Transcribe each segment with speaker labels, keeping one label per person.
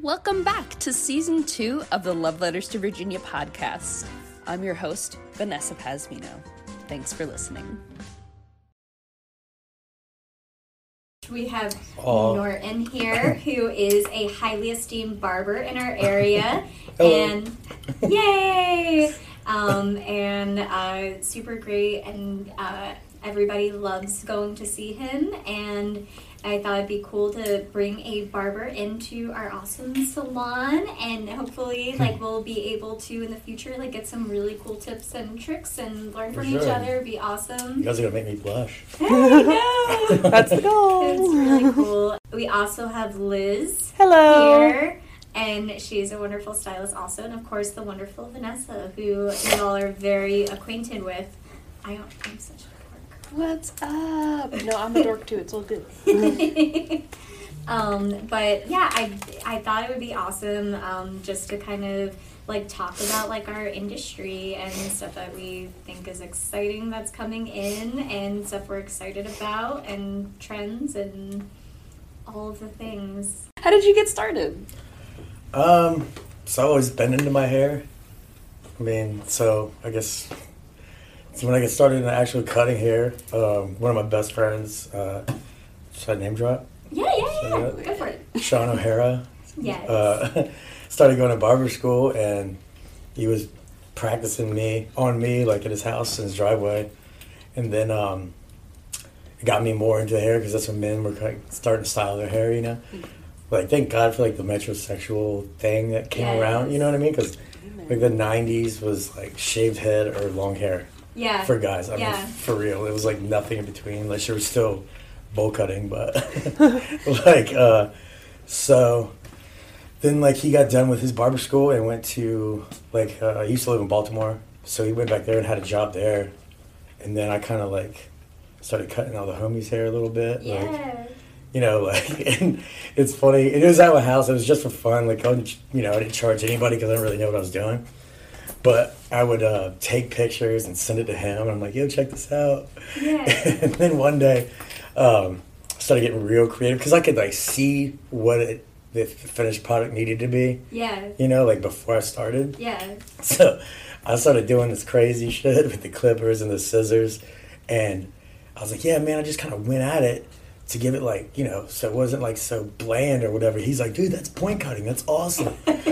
Speaker 1: Welcome back to season two of the Love Letters to Virginia podcast. I'm your host, Vanessa Pasmino. Thanks for listening.
Speaker 2: We have
Speaker 3: Oh.
Speaker 2: Norton here, who is a highly esteemed barber in our area, and yay! Um, and uh, super great, and uh, everybody loves going to see him. And I thought it'd be cool to bring a barber into our awesome salon, and hopefully, like we'll be able to in the future, like get some really cool tips and tricks and learn
Speaker 3: For
Speaker 2: from each
Speaker 3: sure.
Speaker 2: other. It'd be awesome.
Speaker 3: You guys are gonna make me blush.
Speaker 2: I know.
Speaker 4: That's the
Speaker 2: It's
Speaker 4: goal.
Speaker 2: really cool. We also have Liz
Speaker 4: Hello.
Speaker 2: here, and she's a wonderful stylist also, and of course the wonderful Vanessa, who you all are very acquainted with. I don't, I'm such a
Speaker 1: What's up?
Speaker 4: No, I'm a dork too. It's all good.
Speaker 2: dork. um, but yeah, I I thought it would be awesome um, just to kind of like talk about like our industry and stuff that we think is exciting that's coming in and stuff we're excited about and trends and all of the things.
Speaker 1: How did you get started?
Speaker 3: Um, so I've always been into my hair. I mean, so I guess so when I get started in actually cutting hair, um, one of my best friends, uh, should I name drop?
Speaker 2: Yeah, yeah, yeah.
Speaker 3: Yeah.
Speaker 2: Go for it.
Speaker 3: Sean O'Hara,
Speaker 2: Yes.
Speaker 3: uh, started going to barber school and he was practicing me on me like at his house in his driveway and then um, it got me more into hair because that's when men were kind of starting to style their hair you know like thank god for like the metrosexual thing that came
Speaker 2: Yes.
Speaker 3: around you know what i mean because like the 90s was like shaved head or long hair
Speaker 2: yeah.
Speaker 3: for guys i
Speaker 2: Yeah.
Speaker 3: mean for real it was like nothing in between like she was still bowl cutting but like uh so then like he got done with his barber school and went to like uh, he used to live in baltimore so he went back there and had a job there and then i kind of like started cutting all the homies hair a little bit like
Speaker 2: yeah.
Speaker 3: you know like and it's funny and it was out of my house it was just for fun like I wouldn't, you know i didn't charge anybody because i didn't really know what i was doing but i would uh, take pictures and send it to him and i'm like yo check this out
Speaker 2: Yeah.
Speaker 3: and then one day, um, I started getting real creative because I could like see what it, the finished product needed to be,
Speaker 2: Yeah.
Speaker 3: you know, like before I started.
Speaker 2: Yeah.
Speaker 3: So I started doing this crazy shit with the clippers and the scissors, and I was like, yeah, man, I just kind of went at it to give it like you know so it wasn't like so bland or whatever he's like dude that's point cutting that's awesome like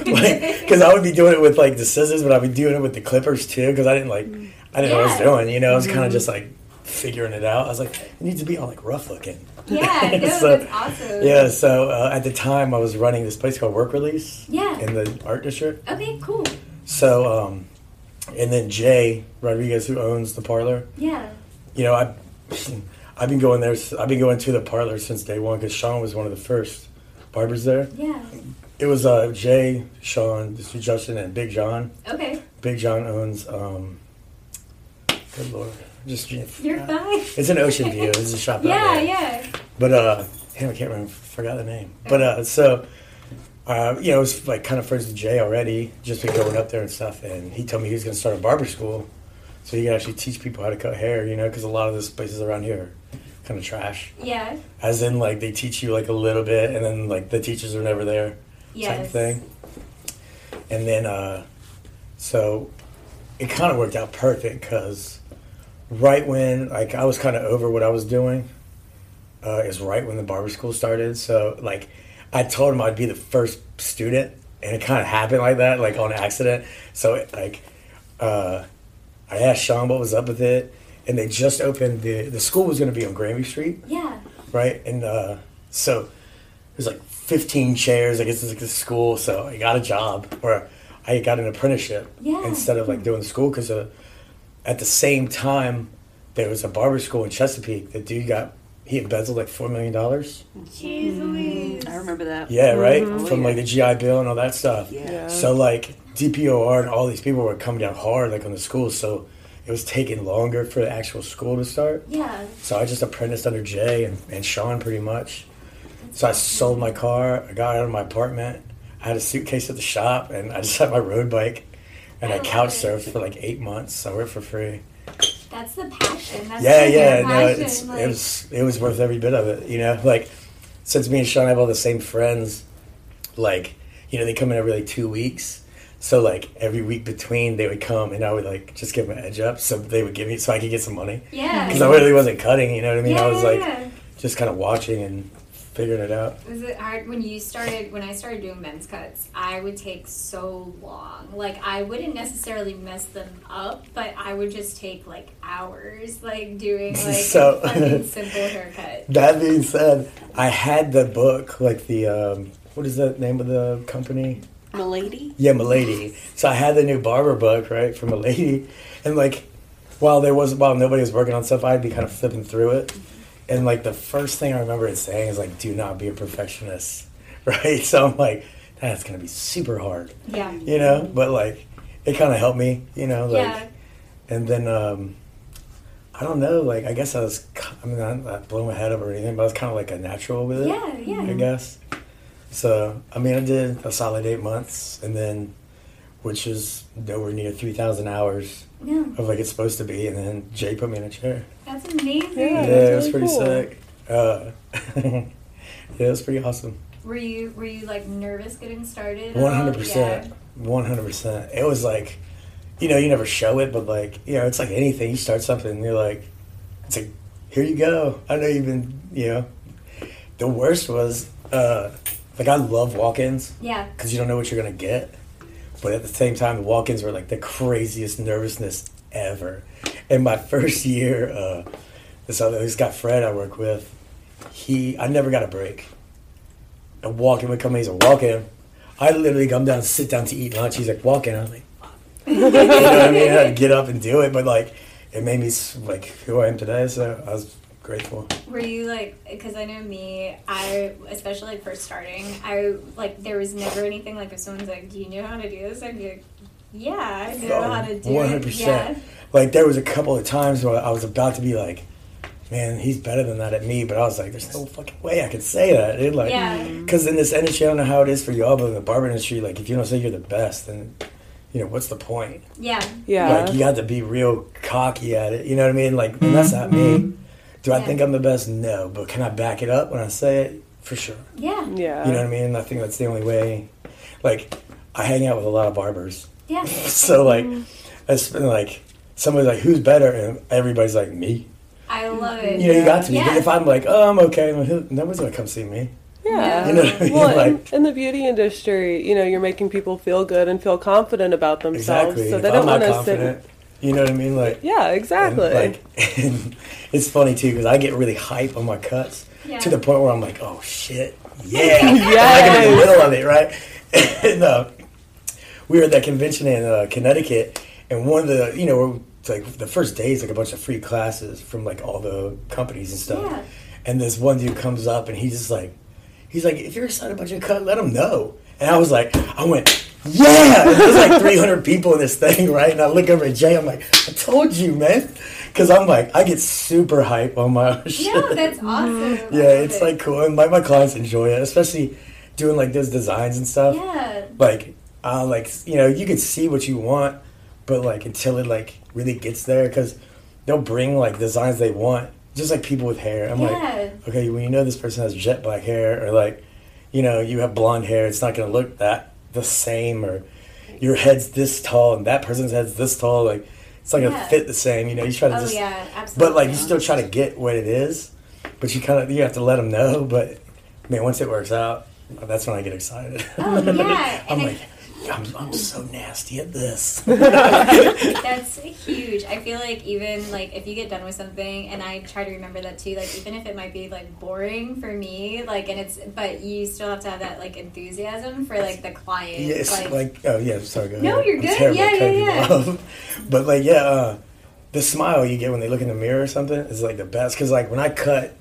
Speaker 3: because i would be doing it with like the scissors but i'd be doing it with the clippers too because i didn't like i didn't know what i was
Speaker 2: Yeah. Mm-hmm.
Speaker 3: doing you know i was kind of just like figuring it out i was like it needs to be all like rough looking
Speaker 2: Yeah. No,
Speaker 3: So-
Speaker 2: that's awesome.
Speaker 3: yeah so uh, at the time i was running this place called work release
Speaker 2: Yeah.
Speaker 3: in the art district
Speaker 2: Okay, cool.
Speaker 3: so, um, and then Jay Rodriguez, who owns the parlor,
Speaker 2: Yeah.
Speaker 3: you know, I, I've been going there. s- I've been going to the parlor since day one because Sean was one of the first barbers there.
Speaker 2: Yeah.
Speaker 3: It was uh, Jay, Sean, this is Justin, and Big John.
Speaker 2: Okay.
Speaker 3: Big John owns. Um, good lord, just
Speaker 2: You're fine.
Speaker 3: It's an ocean view. It's a shop. out
Speaker 2: Yeah,
Speaker 3: there.
Speaker 2: yeah.
Speaker 3: But uh, damn, I can't remember. Forgot the name. But uh, so. Uh, you know, it was like kind of friends with Jay already, just been going up there and stuff. And he told me he was going to start a barber school, so he could actually teach people how to cut hair. You know, because a lot of the places around here are kind of trash.
Speaker 2: Yeah.
Speaker 3: As in, like they teach you like a little bit, and then like the teachers are never there
Speaker 2: Yes.
Speaker 3: type thing. And then, uh, so it kind of worked out perfect because right when like I was kind of over what I was doing uh, is right when the barber school started. So like I told him I'd be the first student, and it kind of happened like that, like on accident. So it, like uh, I asked Sean what was up with it, and they just opened the the school was going to be on Grammy Street
Speaker 2: Yeah.
Speaker 3: right? And uh, so there's like 15 chairs. I guess it's like a school, so I got a job or I got an apprenticeship
Speaker 2: Yeah.
Speaker 3: instead of like doing school because uh, at the same time there was a barber school in Chesapeake. The dude got he embezzled like four million dollars.
Speaker 2: Jeez Louise.
Speaker 4: I remember that.
Speaker 3: Yeah, right.
Speaker 4: Oh,
Speaker 3: From
Speaker 4: yeah.
Speaker 3: like the GI Bill and all that stuff.
Speaker 4: Yeah.
Speaker 3: So like DPOR and all these people were coming down hard like on the school, so it was taking longer for the actual school to start.
Speaker 2: Yeah.
Speaker 3: So I just apprenticed under Jay and, and Sean pretty much. So I sold my car, I got out of my apartment, I had a suitcase at the shop, and I just had my road bike. And
Speaker 2: Oh,
Speaker 3: I couch surfed for like eight months. I worked for free.
Speaker 2: That's the passion. That's
Speaker 3: Yeah,
Speaker 2: the
Speaker 3: yeah. No,
Speaker 2: Passion.
Speaker 3: it's,
Speaker 2: like,
Speaker 3: it was it was worth every bit of it. You know, like since me and Sean have all the same friends, like you know, they come in every like two weeks. So like every week between, they would come and I would like just give them an edge up, so they would give me so I could get some money
Speaker 2: Yeah.
Speaker 3: because I really wasn't cutting. You know what I mean? I was like
Speaker 2: Yeah.
Speaker 3: just kind of watching and figuring it out.
Speaker 2: Was it hard when you started? When I started doing men's cuts, I would take so long. Like I wouldn't necessarily mess them up, but I would just take like hours, like doing like
Speaker 3: So-
Speaker 2: a fucking simple haircut.
Speaker 3: That being said, I had the book like the um, what is the name of the company?
Speaker 1: Milady?
Speaker 3: Yeah, Milady. So I had the new barber book, right, from Milady, and like while there was while nobody was working on stuff, I'd be kind of flipping through it, and like the first thing I remember it saying is like, "Do not be a perfectionist," right? So I'm like, that's gonna be super hard,
Speaker 2: Yeah.
Speaker 3: you know. But like, it kind of helped me, you know. Like,
Speaker 2: Yeah.
Speaker 3: and then um, I don't know, like I guess I was, ki- I mean, I'm not blowing my head up or anything, but I was kind of like a natural with it.
Speaker 2: Yeah.
Speaker 3: I
Speaker 2: Yeah.
Speaker 3: guess. So I mean, I did a solid eight months, and then, which is nowhere near three thousand hours
Speaker 2: No,
Speaker 3: of like it's supposed to be, and then Jay put me in a chair.
Speaker 2: that's amazing.
Speaker 3: Yeah,
Speaker 1: Yeah,
Speaker 3: it
Speaker 1: that's
Speaker 3: was pretty
Speaker 1: really cool.
Speaker 3: sick. Uh, yeah, it was pretty awesome.
Speaker 2: Were you were you like nervous getting started? at all?
Speaker 3: One hundred percent, one hundred percent. It was like, you know, you never show it, but like, you know, it's like anything. You start something, and you're like, it's like, here you go. I know you've been, you know. The worst was, uh, like, I love walk-ins.
Speaker 2: Yeah.
Speaker 3: because you don't know what you're gonna get. But at the same time, the walk-ins were like the craziest nervousness ever. And my first year, uh, this other this guy Fred I work with, he I never got a break. A walk-in would come, in, he's a walk-in. I literally come down, sit down to eat lunch. He's like walk-in. I'm like, fuck. you know what I mean? I had to get up and do it, but like it made me s- like who I am today. So I was grateful.
Speaker 2: Were you like, because I know me, I, especially like first starting, I, like, there was never anything like if someone's like, do you know how to do this? I'd be like, yeah, I
Speaker 3: Oh,
Speaker 2: know how to do it.
Speaker 3: 100%.
Speaker 2: Yeah.
Speaker 3: Like there was a couple of times where I was about to be like, "Man, he's better than that at me," but I was like, "There's no fucking way I could say that." Dude. Like,
Speaker 2: Yeah.
Speaker 3: because in this industry, I don't know how it is for y'all, but in the barber industry, like if you don't say you're the best, then you know what's the point?
Speaker 2: Yeah.
Speaker 1: Yeah.
Speaker 3: Like you got to be real cocky at it. You know what I mean? Like and that's not me. Do I
Speaker 2: Yeah.
Speaker 3: think I'm the best? No, but can I back it up when I say it? For sure.
Speaker 2: Yeah.
Speaker 1: yeah.
Speaker 3: You know what I mean? I think that's the only way. Like, I hang out with a lot of barbers
Speaker 2: Yeah.
Speaker 3: so like
Speaker 4: Mm-hmm.
Speaker 3: it's been like somebody's like who's better and everybody's like me
Speaker 2: I love it.
Speaker 3: you know you got to be
Speaker 2: Yeah.
Speaker 3: if i'm like oh i'm okay well, who- nobody's gonna come see me
Speaker 2: Yeah.
Speaker 3: you know what I mean?
Speaker 4: Uh, Well, in,
Speaker 3: like
Speaker 4: in the beauty industry, you know, you're making people feel good and feel confident about themselves,
Speaker 3: exactly
Speaker 4: so
Speaker 3: if
Speaker 4: they
Speaker 3: i'm
Speaker 4: don't
Speaker 3: not
Speaker 4: want to sit.
Speaker 3: confident you know what i mean like
Speaker 4: Yeah,
Speaker 3: and,
Speaker 4: exactly.
Speaker 3: like it's funny too because i get really hype on my cuts
Speaker 2: Yeah.
Speaker 3: to the point where i'm like oh shit yeah like in the
Speaker 4: yes.
Speaker 3: middle of it right and uh, we were at that convention in uh, connecticut and one of the you know we're, it's like the first day is like a bunch of free classes from like all the companies and stuff
Speaker 2: Yeah.
Speaker 3: and this one dude comes up and he's just like he's like if you're excited about your cut let him know and i was like i went yeah And there's like 300 people in this thing right and i look over at jay i'm like i told you man because i'm like i get super hype on my own shit
Speaker 2: Yeah, that's awesome. I love
Speaker 3: yeah it's
Speaker 2: it.
Speaker 3: like cool and my, my clients enjoy it especially doing like those designs and stuff
Speaker 2: yeah.
Speaker 3: like uh, like you know you can see what you want but like until it like really gets there because they'll bring like designs they want just like people with hair i'm
Speaker 2: Yeah.
Speaker 3: like okay when you know this person has jet black hair or like you know you have blonde hair it's not going to look that the same or your head's this tall and that person's head's this tall like it's not going to
Speaker 2: Yeah.
Speaker 3: fit the same you know you try to
Speaker 2: Oh,
Speaker 3: just
Speaker 2: yeah. Absolutely.
Speaker 3: but like you still try to get what it is but you kind of you have to let them know but man once it works out that's when i get excited
Speaker 2: Oh, yeah.
Speaker 3: I'm
Speaker 2: And
Speaker 3: like,
Speaker 2: I,
Speaker 3: I'm, I'm so nasty at this.
Speaker 2: That's huge. I feel like even like if you get done with something, and I try to remember that too. Like even if it might be like boring for me, like and it's but you still have to have that like enthusiasm for like the client.
Speaker 3: yes, like, oh yeah, sorry. Go
Speaker 2: No,
Speaker 3: ahead.
Speaker 2: you're
Speaker 3: I'm
Speaker 2: good.
Speaker 3: terrible at
Speaker 2: Yeah,
Speaker 3: cutting
Speaker 2: yeah,
Speaker 3: people off. but like, yeah, uh, the smile you get when they look in the mirror or something is like the best. Because like when I cut,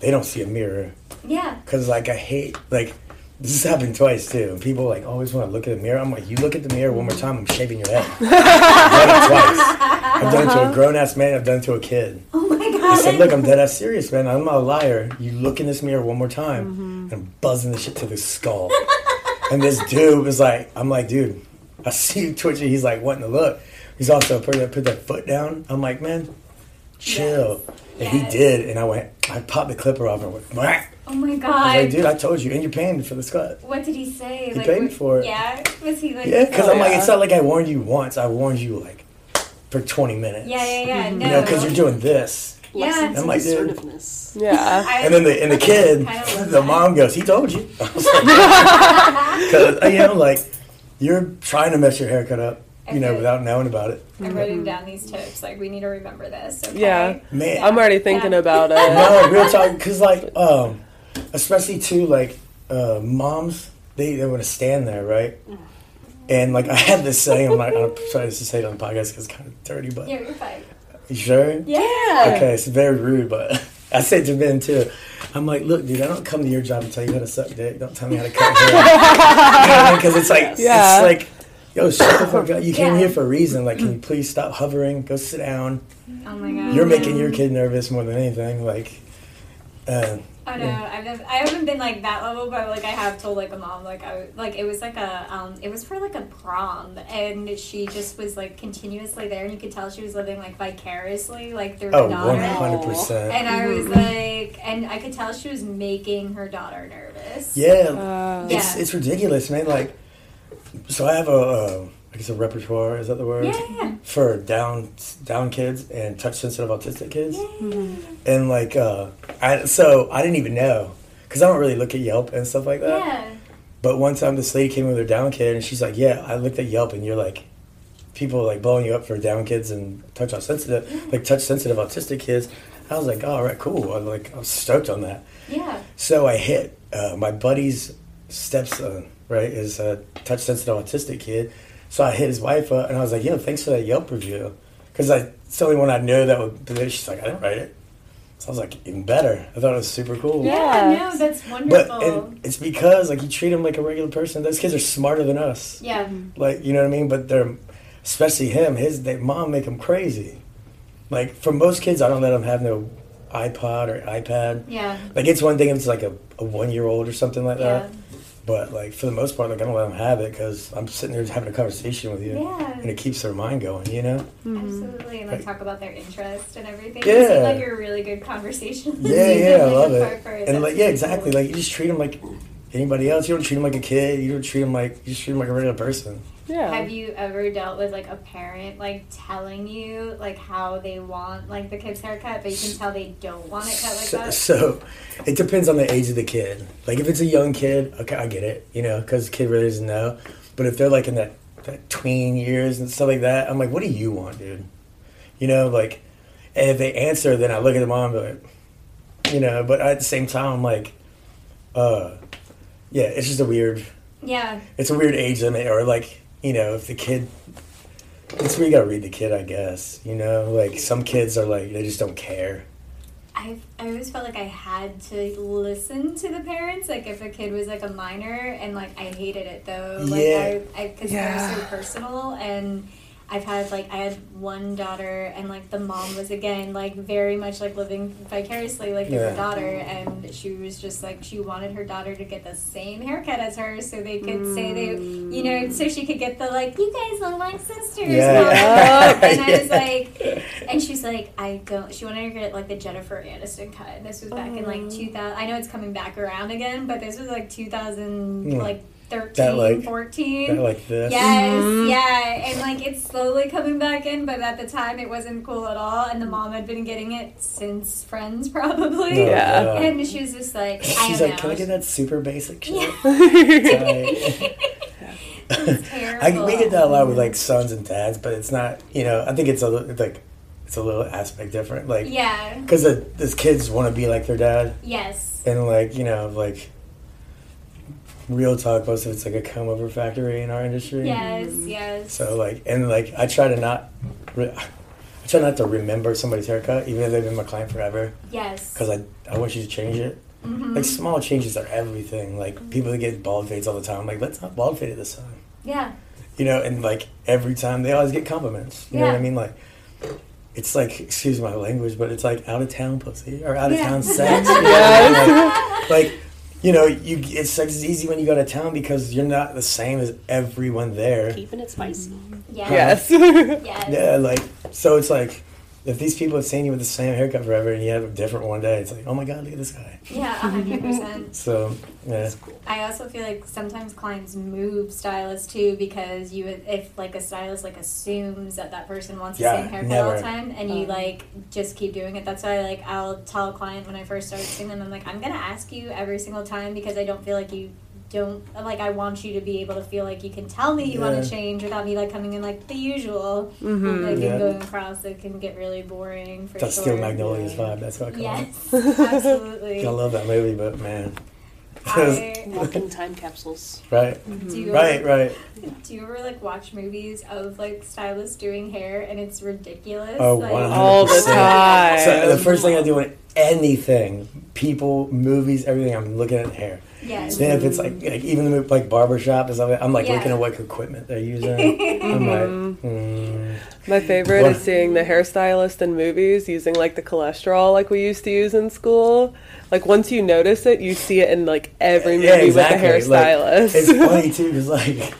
Speaker 3: they don't see a mirror.
Speaker 2: yeah,
Speaker 3: Because like I hate like this has happened twice too. And people like always want to look at the mirror. I'm like, you look at the mirror one more time, I'm shaving your head. I've done it twice. I've done it to a
Speaker 2: Uh-huh.
Speaker 3: grown ass man. I've done it to a kid.
Speaker 2: Oh my
Speaker 3: I
Speaker 2: god.
Speaker 3: said, look, I'm dead ass serious, man. I'm not a liar. You look in this mirror one more time, and
Speaker 2: Mm-hmm.
Speaker 3: I'm buzzing the shit to the skull. and this dude was like, I'm like, dude, I see you twitching. He's like, what in the look? He's also put that, put that foot down. I'm like, man, chill. And
Speaker 2: Yes.
Speaker 3: he did, and I went, I popped the clipper off and went, "Mwah."
Speaker 2: Oh my
Speaker 3: I was like,
Speaker 2: god.
Speaker 3: dude, I told you, and you're paying for this cut.
Speaker 2: What did he say?
Speaker 3: He paid
Speaker 2: what-
Speaker 3: for it.
Speaker 2: Yeah. Was he like?
Speaker 3: Yeah, because
Speaker 4: Oh,
Speaker 3: I'm like,
Speaker 4: yeah.
Speaker 3: it's not like I warned you once. I warned you like for 20 minutes.
Speaker 2: Yeah, yeah, yeah. No.
Speaker 3: You know, because you're doing this,
Speaker 2: Yeah.
Speaker 3: I'm like, dude.
Speaker 5: assertiveness.
Speaker 4: Yeah.
Speaker 2: I-
Speaker 3: and then the and the kid,
Speaker 2: I love
Speaker 3: the
Speaker 2: that.
Speaker 3: mom goes, he told you. I was like, because you know, like you're trying to mess your haircut up, you know,
Speaker 2: Okay.
Speaker 3: without knowing about it.
Speaker 2: I'm writing down these tips. Like we need to remember this. Okay?
Speaker 4: Yeah.
Speaker 3: Man,
Speaker 4: I'm already thinking
Speaker 2: Yeah.
Speaker 4: about it.
Speaker 3: no, real talk. Because like, um, especially too, like uh, moms, they they want to stand there, right?
Speaker 2: Mm.
Speaker 3: And like I had this saying, I'm like, I'm sorry to say it on the podcast because it's kind of dirty, but
Speaker 2: Yeah, you're fine.
Speaker 3: you sure?
Speaker 2: Yeah.
Speaker 3: Okay, it's very rude, but I said to Ben too. I'm like, look, dude, I don't come to your job and tell you how to suck dick. Don't tell me how to cut hair. Because it's like,
Speaker 4: Yeah. Mm.
Speaker 3: it's like, yo, shut the fuck up. You came
Speaker 2: Yeah.
Speaker 3: here for a reason. Like, can you please stop hovering? Go sit down.
Speaker 2: Oh my god.
Speaker 3: You're making your kid nervous more than anything. Like, uh,
Speaker 2: Oh no, I've never, I haven't been like that level, but like I have told like a mom like I like it was like a um it was for like a prom and she just was like continuously there and you could tell she was living like vicariously like through her
Speaker 3: oh,
Speaker 2: daughter.
Speaker 3: 100%.
Speaker 2: And I was like, and I could tell she was making her daughter nervous.
Speaker 3: Yeah,
Speaker 4: Uh,
Speaker 3: it's, it's ridiculous, man. Like, so I have a, uh, I guess a repertoire, is that the word?
Speaker 2: Yeah, yeah,
Speaker 3: for down down kids and touch sensitive autistic kids
Speaker 2: Mm-hmm.
Speaker 3: and like uh I, so i didn't even know because i don't really look at yelp and stuff like that
Speaker 2: yeah.
Speaker 3: but one time this lady came with her down kid and she's like yeah i looked at yelp and you're like people are like blowing you up for down kids and touch sensitive like touch sensitive autistic kids i was like all right cool i'm like i was stoked on that
Speaker 2: yeah.
Speaker 3: so I hit uh, my buddy's stepson, right, is a touch sensitive autistic kid. So I hit his wife up and I was like, yo, thanks for that Yelp review. Because I, it's the only one I know that would do it. She's like, I didn't write it. So I was like, even better. I thought it was super cool.
Speaker 2: Yeah,
Speaker 4: Yeah.
Speaker 2: no, that's
Speaker 3: But
Speaker 2: wonderful.
Speaker 3: and it's because like you treat them like a regular person. Those kids are smarter than us.
Speaker 2: yeah,
Speaker 3: Like you know what I mean? But they're especially him. His they, mom make him crazy. Like for most kids, I don't let them have no iPod or iPad.
Speaker 2: yeah,
Speaker 3: Like it's one thing if it's like a, a one year old or something like
Speaker 2: yeah.
Speaker 3: that, but like for the most part, like I don't let them have it because I'm sitting there having a conversation with you,
Speaker 2: Yeah.
Speaker 3: and it keeps their mind going, you know.
Speaker 2: Absolutely, and like
Speaker 3: Like-
Speaker 2: talk about their interest and everything.
Speaker 3: Yeah.
Speaker 2: It seemed like you're really good conversation.
Speaker 3: Yeah, yeah, I love it. And like, yeah, exactly. Like you just treat them like anybody else. You don't treat them like a kid. You don't treat them like you just treat them like a regular person.
Speaker 4: yeah.
Speaker 2: Have you ever dealt with like a parent like telling you like how they want like the kid's haircut, but you can tell they don't want it cut like
Speaker 3: So,
Speaker 2: that?
Speaker 3: so it depends on the age of the kid. Like if it's a young kid, okay, I get it, you know, because the kid really doesn't know. But if they're like in that, that tween years and stuff like that, I'm like, what do you want, dude? You know, like, and if they answer, then I look at the mom and be like, you know, but at the same time, I'm like, uh, yeah, it's just a weird,
Speaker 2: Yeah,
Speaker 3: it's a weird age limit, or like, you know, if the kid, it's where you gotta read the kid, I guess, you know, like some kids are like, they just don't care.
Speaker 2: I I always felt like I had to listen to the parents. Like if a kid was like a minor, and like I hated it though. Like
Speaker 3: Yeah.
Speaker 2: I because
Speaker 4: Yeah.
Speaker 2: they're so personal and. I've had like I had one daughter and like the mom was again like very much like living vicariously like through
Speaker 3: Yeah.
Speaker 2: her daughter and she was just like she wanted her daughter to get the same haircut as her so they could say they you know so she could get the like you guys look like sisters
Speaker 3: Mm. Yeah.
Speaker 2: mom." and I was
Speaker 3: Yeah.
Speaker 2: like and she's like, I don't. She wanted to get like the Jennifer Aniston cut. And this was back in
Speaker 3: Oh.
Speaker 2: like 2000. I know it's coming back around again, but this was like 2000,
Speaker 3: Yeah.
Speaker 2: like 13,
Speaker 3: That, like-
Speaker 2: 14.
Speaker 3: They're like this. Mm-hmm.
Speaker 2: Yes, yeah, and like it's slowly coming back in, but at the time it wasn't cool at all, and the
Speaker 3: Mm.
Speaker 2: mom had been getting it since Friends
Speaker 3: Oh,
Speaker 2: probably,
Speaker 4: Yeah.
Speaker 3: God.
Speaker 2: and she was just like, I
Speaker 3: She's
Speaker 2: don't
Speaker 3: like,
Speaker 2: know.
Speaker 3: can I get that super basic shit? Like, I,
Speaker 2: Terrible.
Speaker 3: we get that a lot with like sons and dads, but it's not. You know, I think it's a li- it's like it's a little aspect different. Like,
Speaker 2: Yeah.
Speaker 3: because the these kids want to be like their dad,
Speaker 2: Yes.
Speaker 3: and like you know, like real talk. Most of it's like a come over factory in our industry.
Speaker 2: Yes.
Speaker 3: Mm.
Speaker 2: Yes.
Speaker 3: So like, and like, I try to not. Re- I try not to remember somebody's haircut, even if they've been my client forever.
Speaker 2: yes.
Speaker 3: because I, I want you to change it.
Speaker 2: Mm-hmm.
Speaker 3: Like small changes are everything. Like people that get bald fades all the time, like let's not bald fade it this time.
Speaker 2: Yeah.
Speaker 3: You know, and like every time they always get compliments. You know what I
Speaker 2: Yeah.
Speaker 3: mean? Like it's like excuse my language, but it's like out of town pussy or out of
Speaker 2: Yeah.
Speaker 3: town sex. you know what I mean? Like- like you know, you it's sex is easy when you go to town because you're not the same as everyone there.
Speaker 2: Mm-hmm.
Speaker 5: Keeping it spicy.
Speaker 2: Yes.
Speaker 4: Yes.
Speaker 2: Yes.
Speaker 3: Yeah, like so it's like if these people had seen you with the same haircut forever and you have a different one day, it's like, oh my god, look at this guy.
Speaker 2: Yeah, 100%.
Speaker 3: So yeah,
Speaker 2: I also feel like sometimes clients move stylists too because you if like a stylist like assumes that that person wants the
Speaker 3: Yeah,
Speaker 2: same haircut all
Speaker 3: never.
Speaker 2: the time and you like just keep doing it. That's why like I'll tell a client when I first start seeing them I'm like I'm gonna ask you every single time because I don't feel like you don't like I want you to be able to feel like you can tell me you want
Speaker 3: Yeah.
Speaker 2: to change without me like coming in like the usual like
Speaker 3: Yeah.
Speaker 2: and going across it can get really boring for
Speaker 3: that's
Speaker 2: sure.
Speaker 3: still Magnolia's vibe. That's what I call it.
Speaker 2: Yes, absolutely.
Speaker 3: I love that movie, but man,
Speaker 2: I- Mm-hmm.
Speaker 5: Walking time capsules.
Speaker 3: right,
Speaker 2: Do you
Speaker 3: right, right.
Speaker 2: Do you ever like watch movies of like stylists doing hair and it's ridiculous?
Speaker 3: Oh,
Speaker 2: like,
Speaker 3: 100%.
Speaker 4: all the time.
Speaker 3: So the first thing I do in anything, people, movies, everything, I'm looking at hair.
Speaker 2: Yes.
Speaker 3: Then if it's like, like even the, like barbershop and stuff, like that, I'm like
Speaker 2: Mm-hmm. Yeah.
Speaker 3: looking at what equipment they're using. I'm
Speaker 4: Mm-hmm.
Speaker 3: like, mm.
Speaker 4: My favorite
Speaker 3: What-
Speaker 4: is seeing the hairstylist in movies using like the cholesterol like we used to use in school. Like once you notice it, you see it in like every movie with the
Speaker 3: Like,
Speaker 4: hairstylist.
Speaker 3: it's funny too, because like,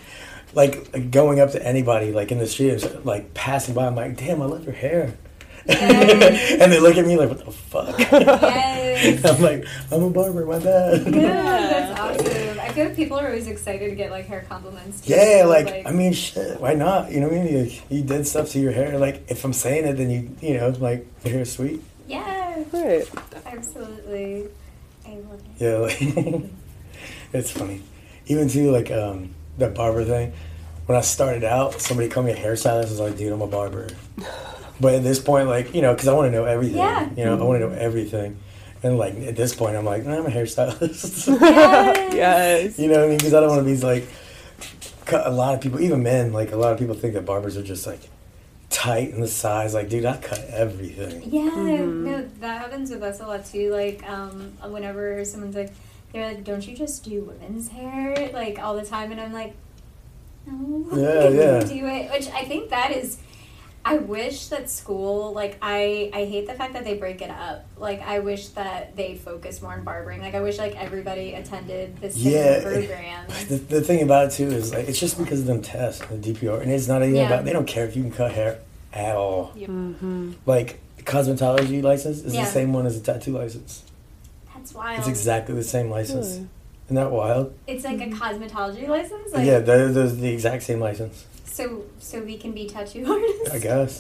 Speaker 3: like, like going up to anybody like in the street, it's, like passing by, I'm like, damn, I love your hair.
Speaker 2: Mm-hmm.
Speaker 3: and they look at me like, what the fuck?
Speaker 2: Yes.
Speaker 3: I'm like, I'm a barber, my bad.
Speaker 2: Yeah, that's awesome. I feel like people are always excited to get like hair compliments. Too.
Speaker 3: Yeah, like, I mean, shit, why not? You know what I mean? You, you did stuff to your hair. Like, if I'm saying it, then you, you know, like, your hair's sweet.
Speaker 2: yeah,
Speaker 4: Right.
Speaker 2: absolutely. I love it.
Speaker 3: Yeah, like, it's funny. Even too, like, um, that barber thing. When I started out, somebody called me a hairstylist. I was like, dude, I'm a barber. But at this point, like, you know, because I want to know everything.
Speaker 2: Yeah.
Speaker 3: You know, I want to know everything. And, like, at this point, I'm like, nah, I'm a hairstylist.
Speaker 4: Yes.
Speaker 3: You know what I mean? Because I don't want to be like cu- a lot of people, even men. Like a lot of people think that barbers are just like tight in the sides. Like, dude, I cut everything.
Speaker 2: Yeah, no, that happens with us a lot too. Like, um, whenever someone's like, they're like, "Don't you just do women's hair like all the time?" and I'm like, "No,
Speaker 3: Yeah, yeah.
Speaker 2: do it." Which I think that is. I wish that school, like, I I hate the fact that they break it up. Like, I wish that they focus more on barbering. Like, I wish like everybody attended the same
Speaker 3: Yeah.
Speaker 2: program.
Speaker 3: The, the thing about it too is like it's just because of them tests and the DPR, and it's not even
Speaker 2: Yeah.
Speaker 3: about they don't care if you can cut hair at all.
Speaker 5: Yep.
Speaker 3: Like the cosmetology license is
Speaker 2: Yeah. Oh.
Speaker 3: the same one as a tattoo license.
Speaker 2: That's wild.
Speaker 3: It's exactly the same license.
Speaker 4: Really?
Speaker 3: Isn't that wild?
Speaker 2: It's like a
Speaker 5: Mm-hmm.
Speaker 2: cosmetology license. Like,
Speaker 3: yeah, they're, they're the exact same license,
Speaker 2: So so we can be tattoo artists.
Speaker 3: I guess.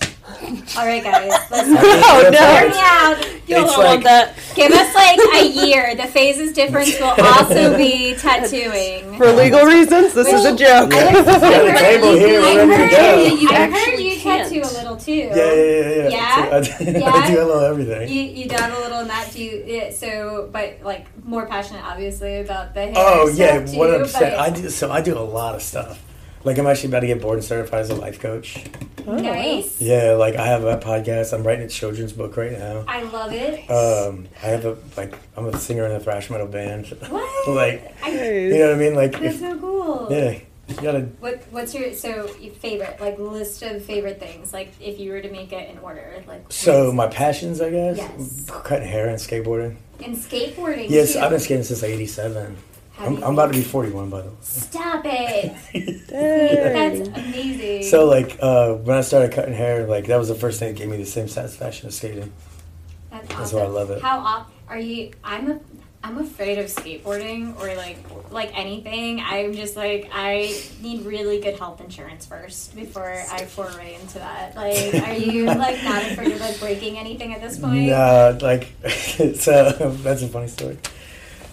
Speaker 2: All right, guys, let's.
Speaker 3: oh
Speaker 2: Hear me out.
Speaker 5: You all
Speaker 3: It's
Speaker 5: don't
Speaker 3: like-
Speaker 5: want that.
Speaker 2: Give us like a year. The phases difference will also be tattooing.
Speaker 4: For legal reasons, this is a joke.
Speaker 3: Got a table here.
Speaker 2: I
Speaker 3: We're ready to
Speaker 2: heard
Speaker 3: go.
Speaker 2: you, you, I heard
Speaker 5: actually
Speaker 2: you
Speaker 5: can't.
Speaker 2: tattoo a little too.
Speaker 3: Yeah, yeah, yeah, yeah.
Speaker 2: Yeah?
Speaker 3: I do, I do- I
Speaker 2: Yeah?
Speaker 3: do a little everything.
Speaker 2: You, you done a little in that do you, yeah, so but like more passionate obviously about the hair
Speaker 3: oh
Speaker 2: stuff
Speaker 3: yeah,
Speaker 2: too,
Speaker 3: one hundred percent.
Speaker 2: but-
Speaker 3: I do so I do a lot of stuff. Like I'm actually about to get board and certified as a life coach.
Speaker 2: nice
Speaker 3: Yeah, like I have a podcast. I'm writing a children's book right now.
Speaker 2: I love it
Speaker 3: Um, I have a like I'm a singer in a thrash metal band.
Speaker 2: what
Speaker 3: like
Speaker 2: I,
Speaker 3: you know what I mean? Like
Speaker 2: that's
Speaker 3: if,
Speaker 2: so cool
Speaker 3: yeah, you gotta.
Speaker 2: what what's your so your favorite like list of favorite things like if you were to make it in order like
Speaker 3: So my passions, I guess,
Speaker 2: Yes.
Speaker 3: cutting hair and skateboarden.
Speaker 2: and skateboarding
Speaker 3: Yes,
Speaker 2: too.
Speaker 3: I've been skating since like '87.
Speaker 2: How do
Speaker 3: I'm,
Speaker 2: you
Speaker 3: I'm about to be 41, by the way.
Speaker 2: Stop it.
Speaker 4: Hey.
Speaker 2: That's amazing.
Speaker 3: So like uh, when I started cutting hair, like that was the first thing that gave me the same satisfaction as skating.
Speaker 2: that's,
Speaker 3: that's
Speaker 2: awesome.
Speaker 3: why I love it.
Speaker 2: How op- are you? I'm a. I'm afraid of skateboarding or like like anything. I'm just like I need really good health insurance first before I foray into that. Like, are you like not afraid of like breaking anything at this point?
Speaker 3: Nah, like so that's a funny story.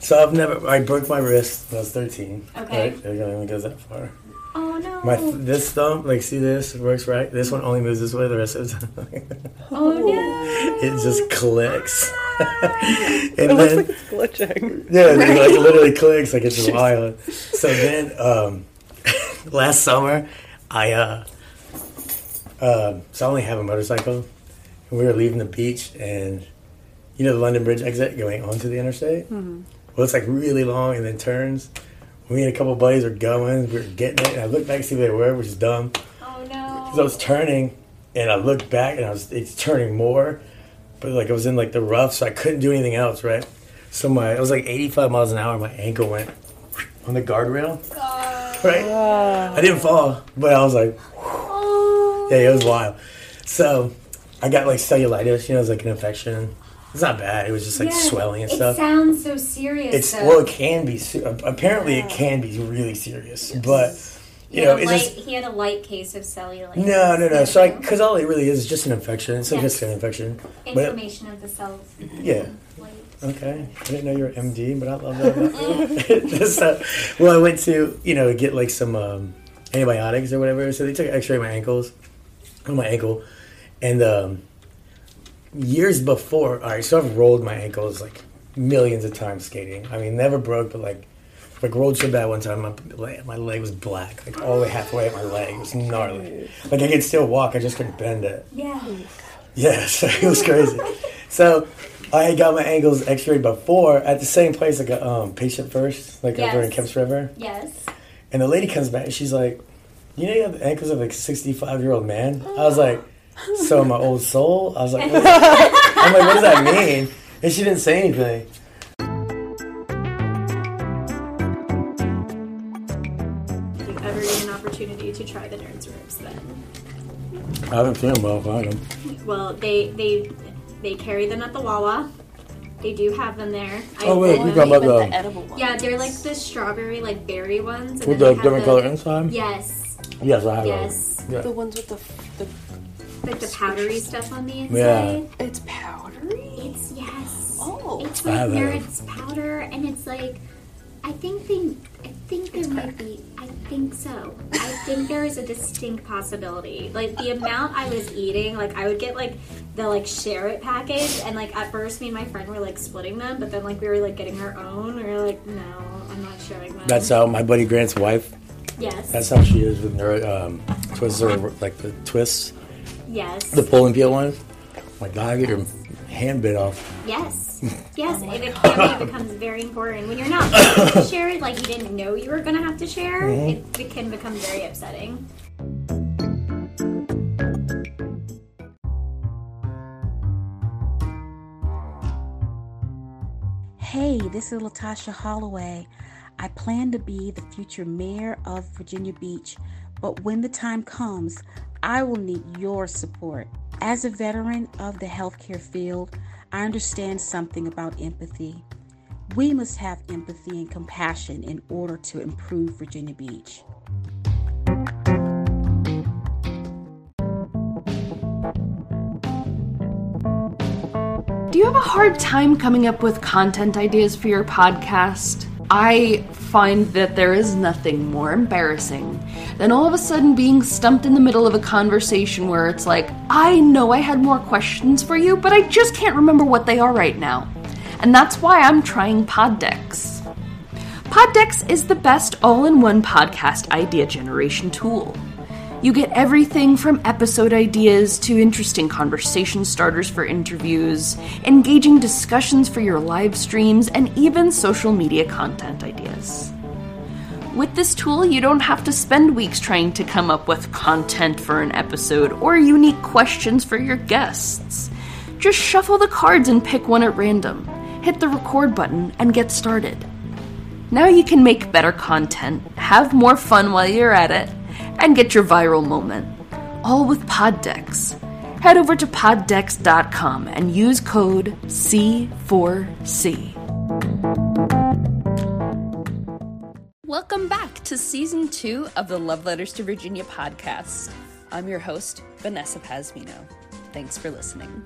Speaker 3: So I've never I broke my wrist when I was 13.
Speaker 2: Okay.
Speaker 3: Right? It only goes that far.
Speaker 2: Oh no.
Speaker 3: My this thumb, like see this, it works right. This one only moves this way. The rest of the time,
Speaker 2: oh no. Ah.
Speaker 3: it just clicks. and
Speaker 4: It looks like it's glitching.
Speaker 3: Yeah, it, like literally clicks like it's wild. So then, um, last summer, I uh, um, so I only have a motorcycle, and we were leaving the beach, and you know the London Bridge exit going onto the interstate. Well, it's like really long and then turns. Me and a couple buddies are going, we were getting it, and I looked back to see where they were, which is dumb.
Speaker 2: Oh no.
Speaker 3: Because I was turning, and I looked back, and I was it's turning more, but like I was in like the rough, so I couldn't do anything else, right? So my I was like 85 miles an hour. My ankle went on the guardrail,
Speaker 2: God.
Speaker 3: right?
Speaker 2: Ah.
Speaker 3: I didn't fall, but I was like,
Speaker 2: Oh.
Speaker 3: yeah, it was wild. So I got like cellulitis. You know, it's like an infection. It's not bad. It was just like
Speaker 2: Yeah,
Speaker 3: swelling and
Speaker 2: it
Speaker 3: stuff.
Speaker 2: sounds so serious.
Speaker 3: it's
Speaker 2: though.
Speaker 3: well, it can be. se- Apparently, it can be really serious. But
Speaker 2: He
Speaker 3: you
Speaker 2: had
Speaker 3: know,
Speaker 2: a
Speaker 3: it's
Speaker 2: light,
Speaker 3: just
Speaker 2: he had a light case of cellulitis.
Speaker 3: no, no, no. So,
Speaker 2: Yeah.
Speaker 3: because all it really is is just an infection. It's like
Speaker 2: Yeah.
Speaker 3: a skin infection. But it-
Speaker 2: inflammation of the cells.
Speaker 3: yeah.
Speaker 2: Light.
Speaker 3: Okay, I didn't know you were MD, but I love that. About you. so, well, I went to you know get like some um, antibiotics or whatever. So they took an X-ray of my ankles, on my ankle, and um, years before, all right. So I've rolled my ankles like millions of times skating. I mean, never broke, but like like rolled so bad one time, my leg, my leg was black, like all the way halfway up my leg. It was gnarly. Like I could still walk, I just couldn't bend it.
Speaker 2: Yeah.
Speaker 3: Yeah, so it was crazy. so I had got my ankles x-rayed before at the same place, like a um, patient first, like over in
Speaker 2: Yes.
Speaker 3: Kemps River.
Speaker 2: Yes.
Speaker 3: And the lady comes back and she's like, you know you have the ankles of like a 65-year-old man? I was like, so my old soul? I was like, what is- I'm like, what does that mean? And she didn't say anything.
Speaker 2: If you ever get an opportunity to try the Nerds Ribs, then
Speaker 3: I haven't feeling well about them.
Speaker 2: well, they they they carry them at the Wawa. They do have them there. I
Speaker 3: Oh, wait,
Speaker 2: own
Speaker 3: you
Speaker 2: them.
Speaker 3: got
Speaker 1: But
Speaker 3: But the-
Speaker 1: the, edible ones.
Speaker 2: Yeah, they're like the strawberry, like berry ones. and then
Speaker 3: With the
Speaker 2: they have
Speaker 3: different color inside?
Speaker 2: Yes,
Speaker 3: Yes, I have
Speaker 2: yes.
Speaker 3: Yeah.
Speaker 4: The ones with the, the
Speaker 2: Like the powdery stuff on the inside.
Speaker 3: Yeah.
Speaker 4: it's powdery.
Speaker 2: It's yes.
Speaker 4: Oh,
Speaker 2: It's
Speaker 3: I
Speaker 2: like
Speaker 3: have that.
Speaker 2: nerds powder, and it's like, I think they, I think there might be, I think so. I think there is a distinct possibility. Like the amount I was eating, like I would get like the like share it package, and like at first me and my friend were like splitting them, but then like we were like getting our own, and we were like, no, I'm not sharing them.
Speaker 3: That's how my buddy Grant's wife,
Speaker 2: yes,
Speaker 3: that's how she is with neuro, um, twists or like the twists.
Speaker 2: yes,
Speaker 3: The pull and peel ones? My dog got your hand bit off.
Speaker 2: yes, yes. and it family becomes very important when you're not willing to share it, like you didn't know you were gonna have to share. It, it can become very upsetting.
Speaker 5: Hey, this is Latasha Holloway. I plan to be the future mayor of Virginia Beach, but when the time comes, I will need your support. As a veteran of the healthcare field, I understand something about empathy. We must have empathy and compassion in order to improve Virginia Beach.
Speaker 1: Do you have a hard time coming up with content ideas for your podcast? I find that there is nothing more embarrassing than all of a sudden being stumped in the middle of a conversation where it's like, I know I had more questions for you, but I just can't remember what they are right now. And that's why I'm trying Poddex. Poddex is the best all in one podcast idea generation tool. You get everything from episode ideas to interesting conversation starters for interviews, engaging discussions for your live streams, and even social media content ideas. With this tool, you don't have to spend weeks trying to come up with content for an episode or unique questions for your guests. Just shuffle the cards and pick one at random, hit the record button, and get started. Now you can make better content, have more fun while you're at it, and get your viral moment. All with Poddex. Head over to poddex.com and use code C4C. Welcome back to season two of the Love Letters to Virginia podcast. I'm your host, Vanessa Pasmino. Thanks for listening.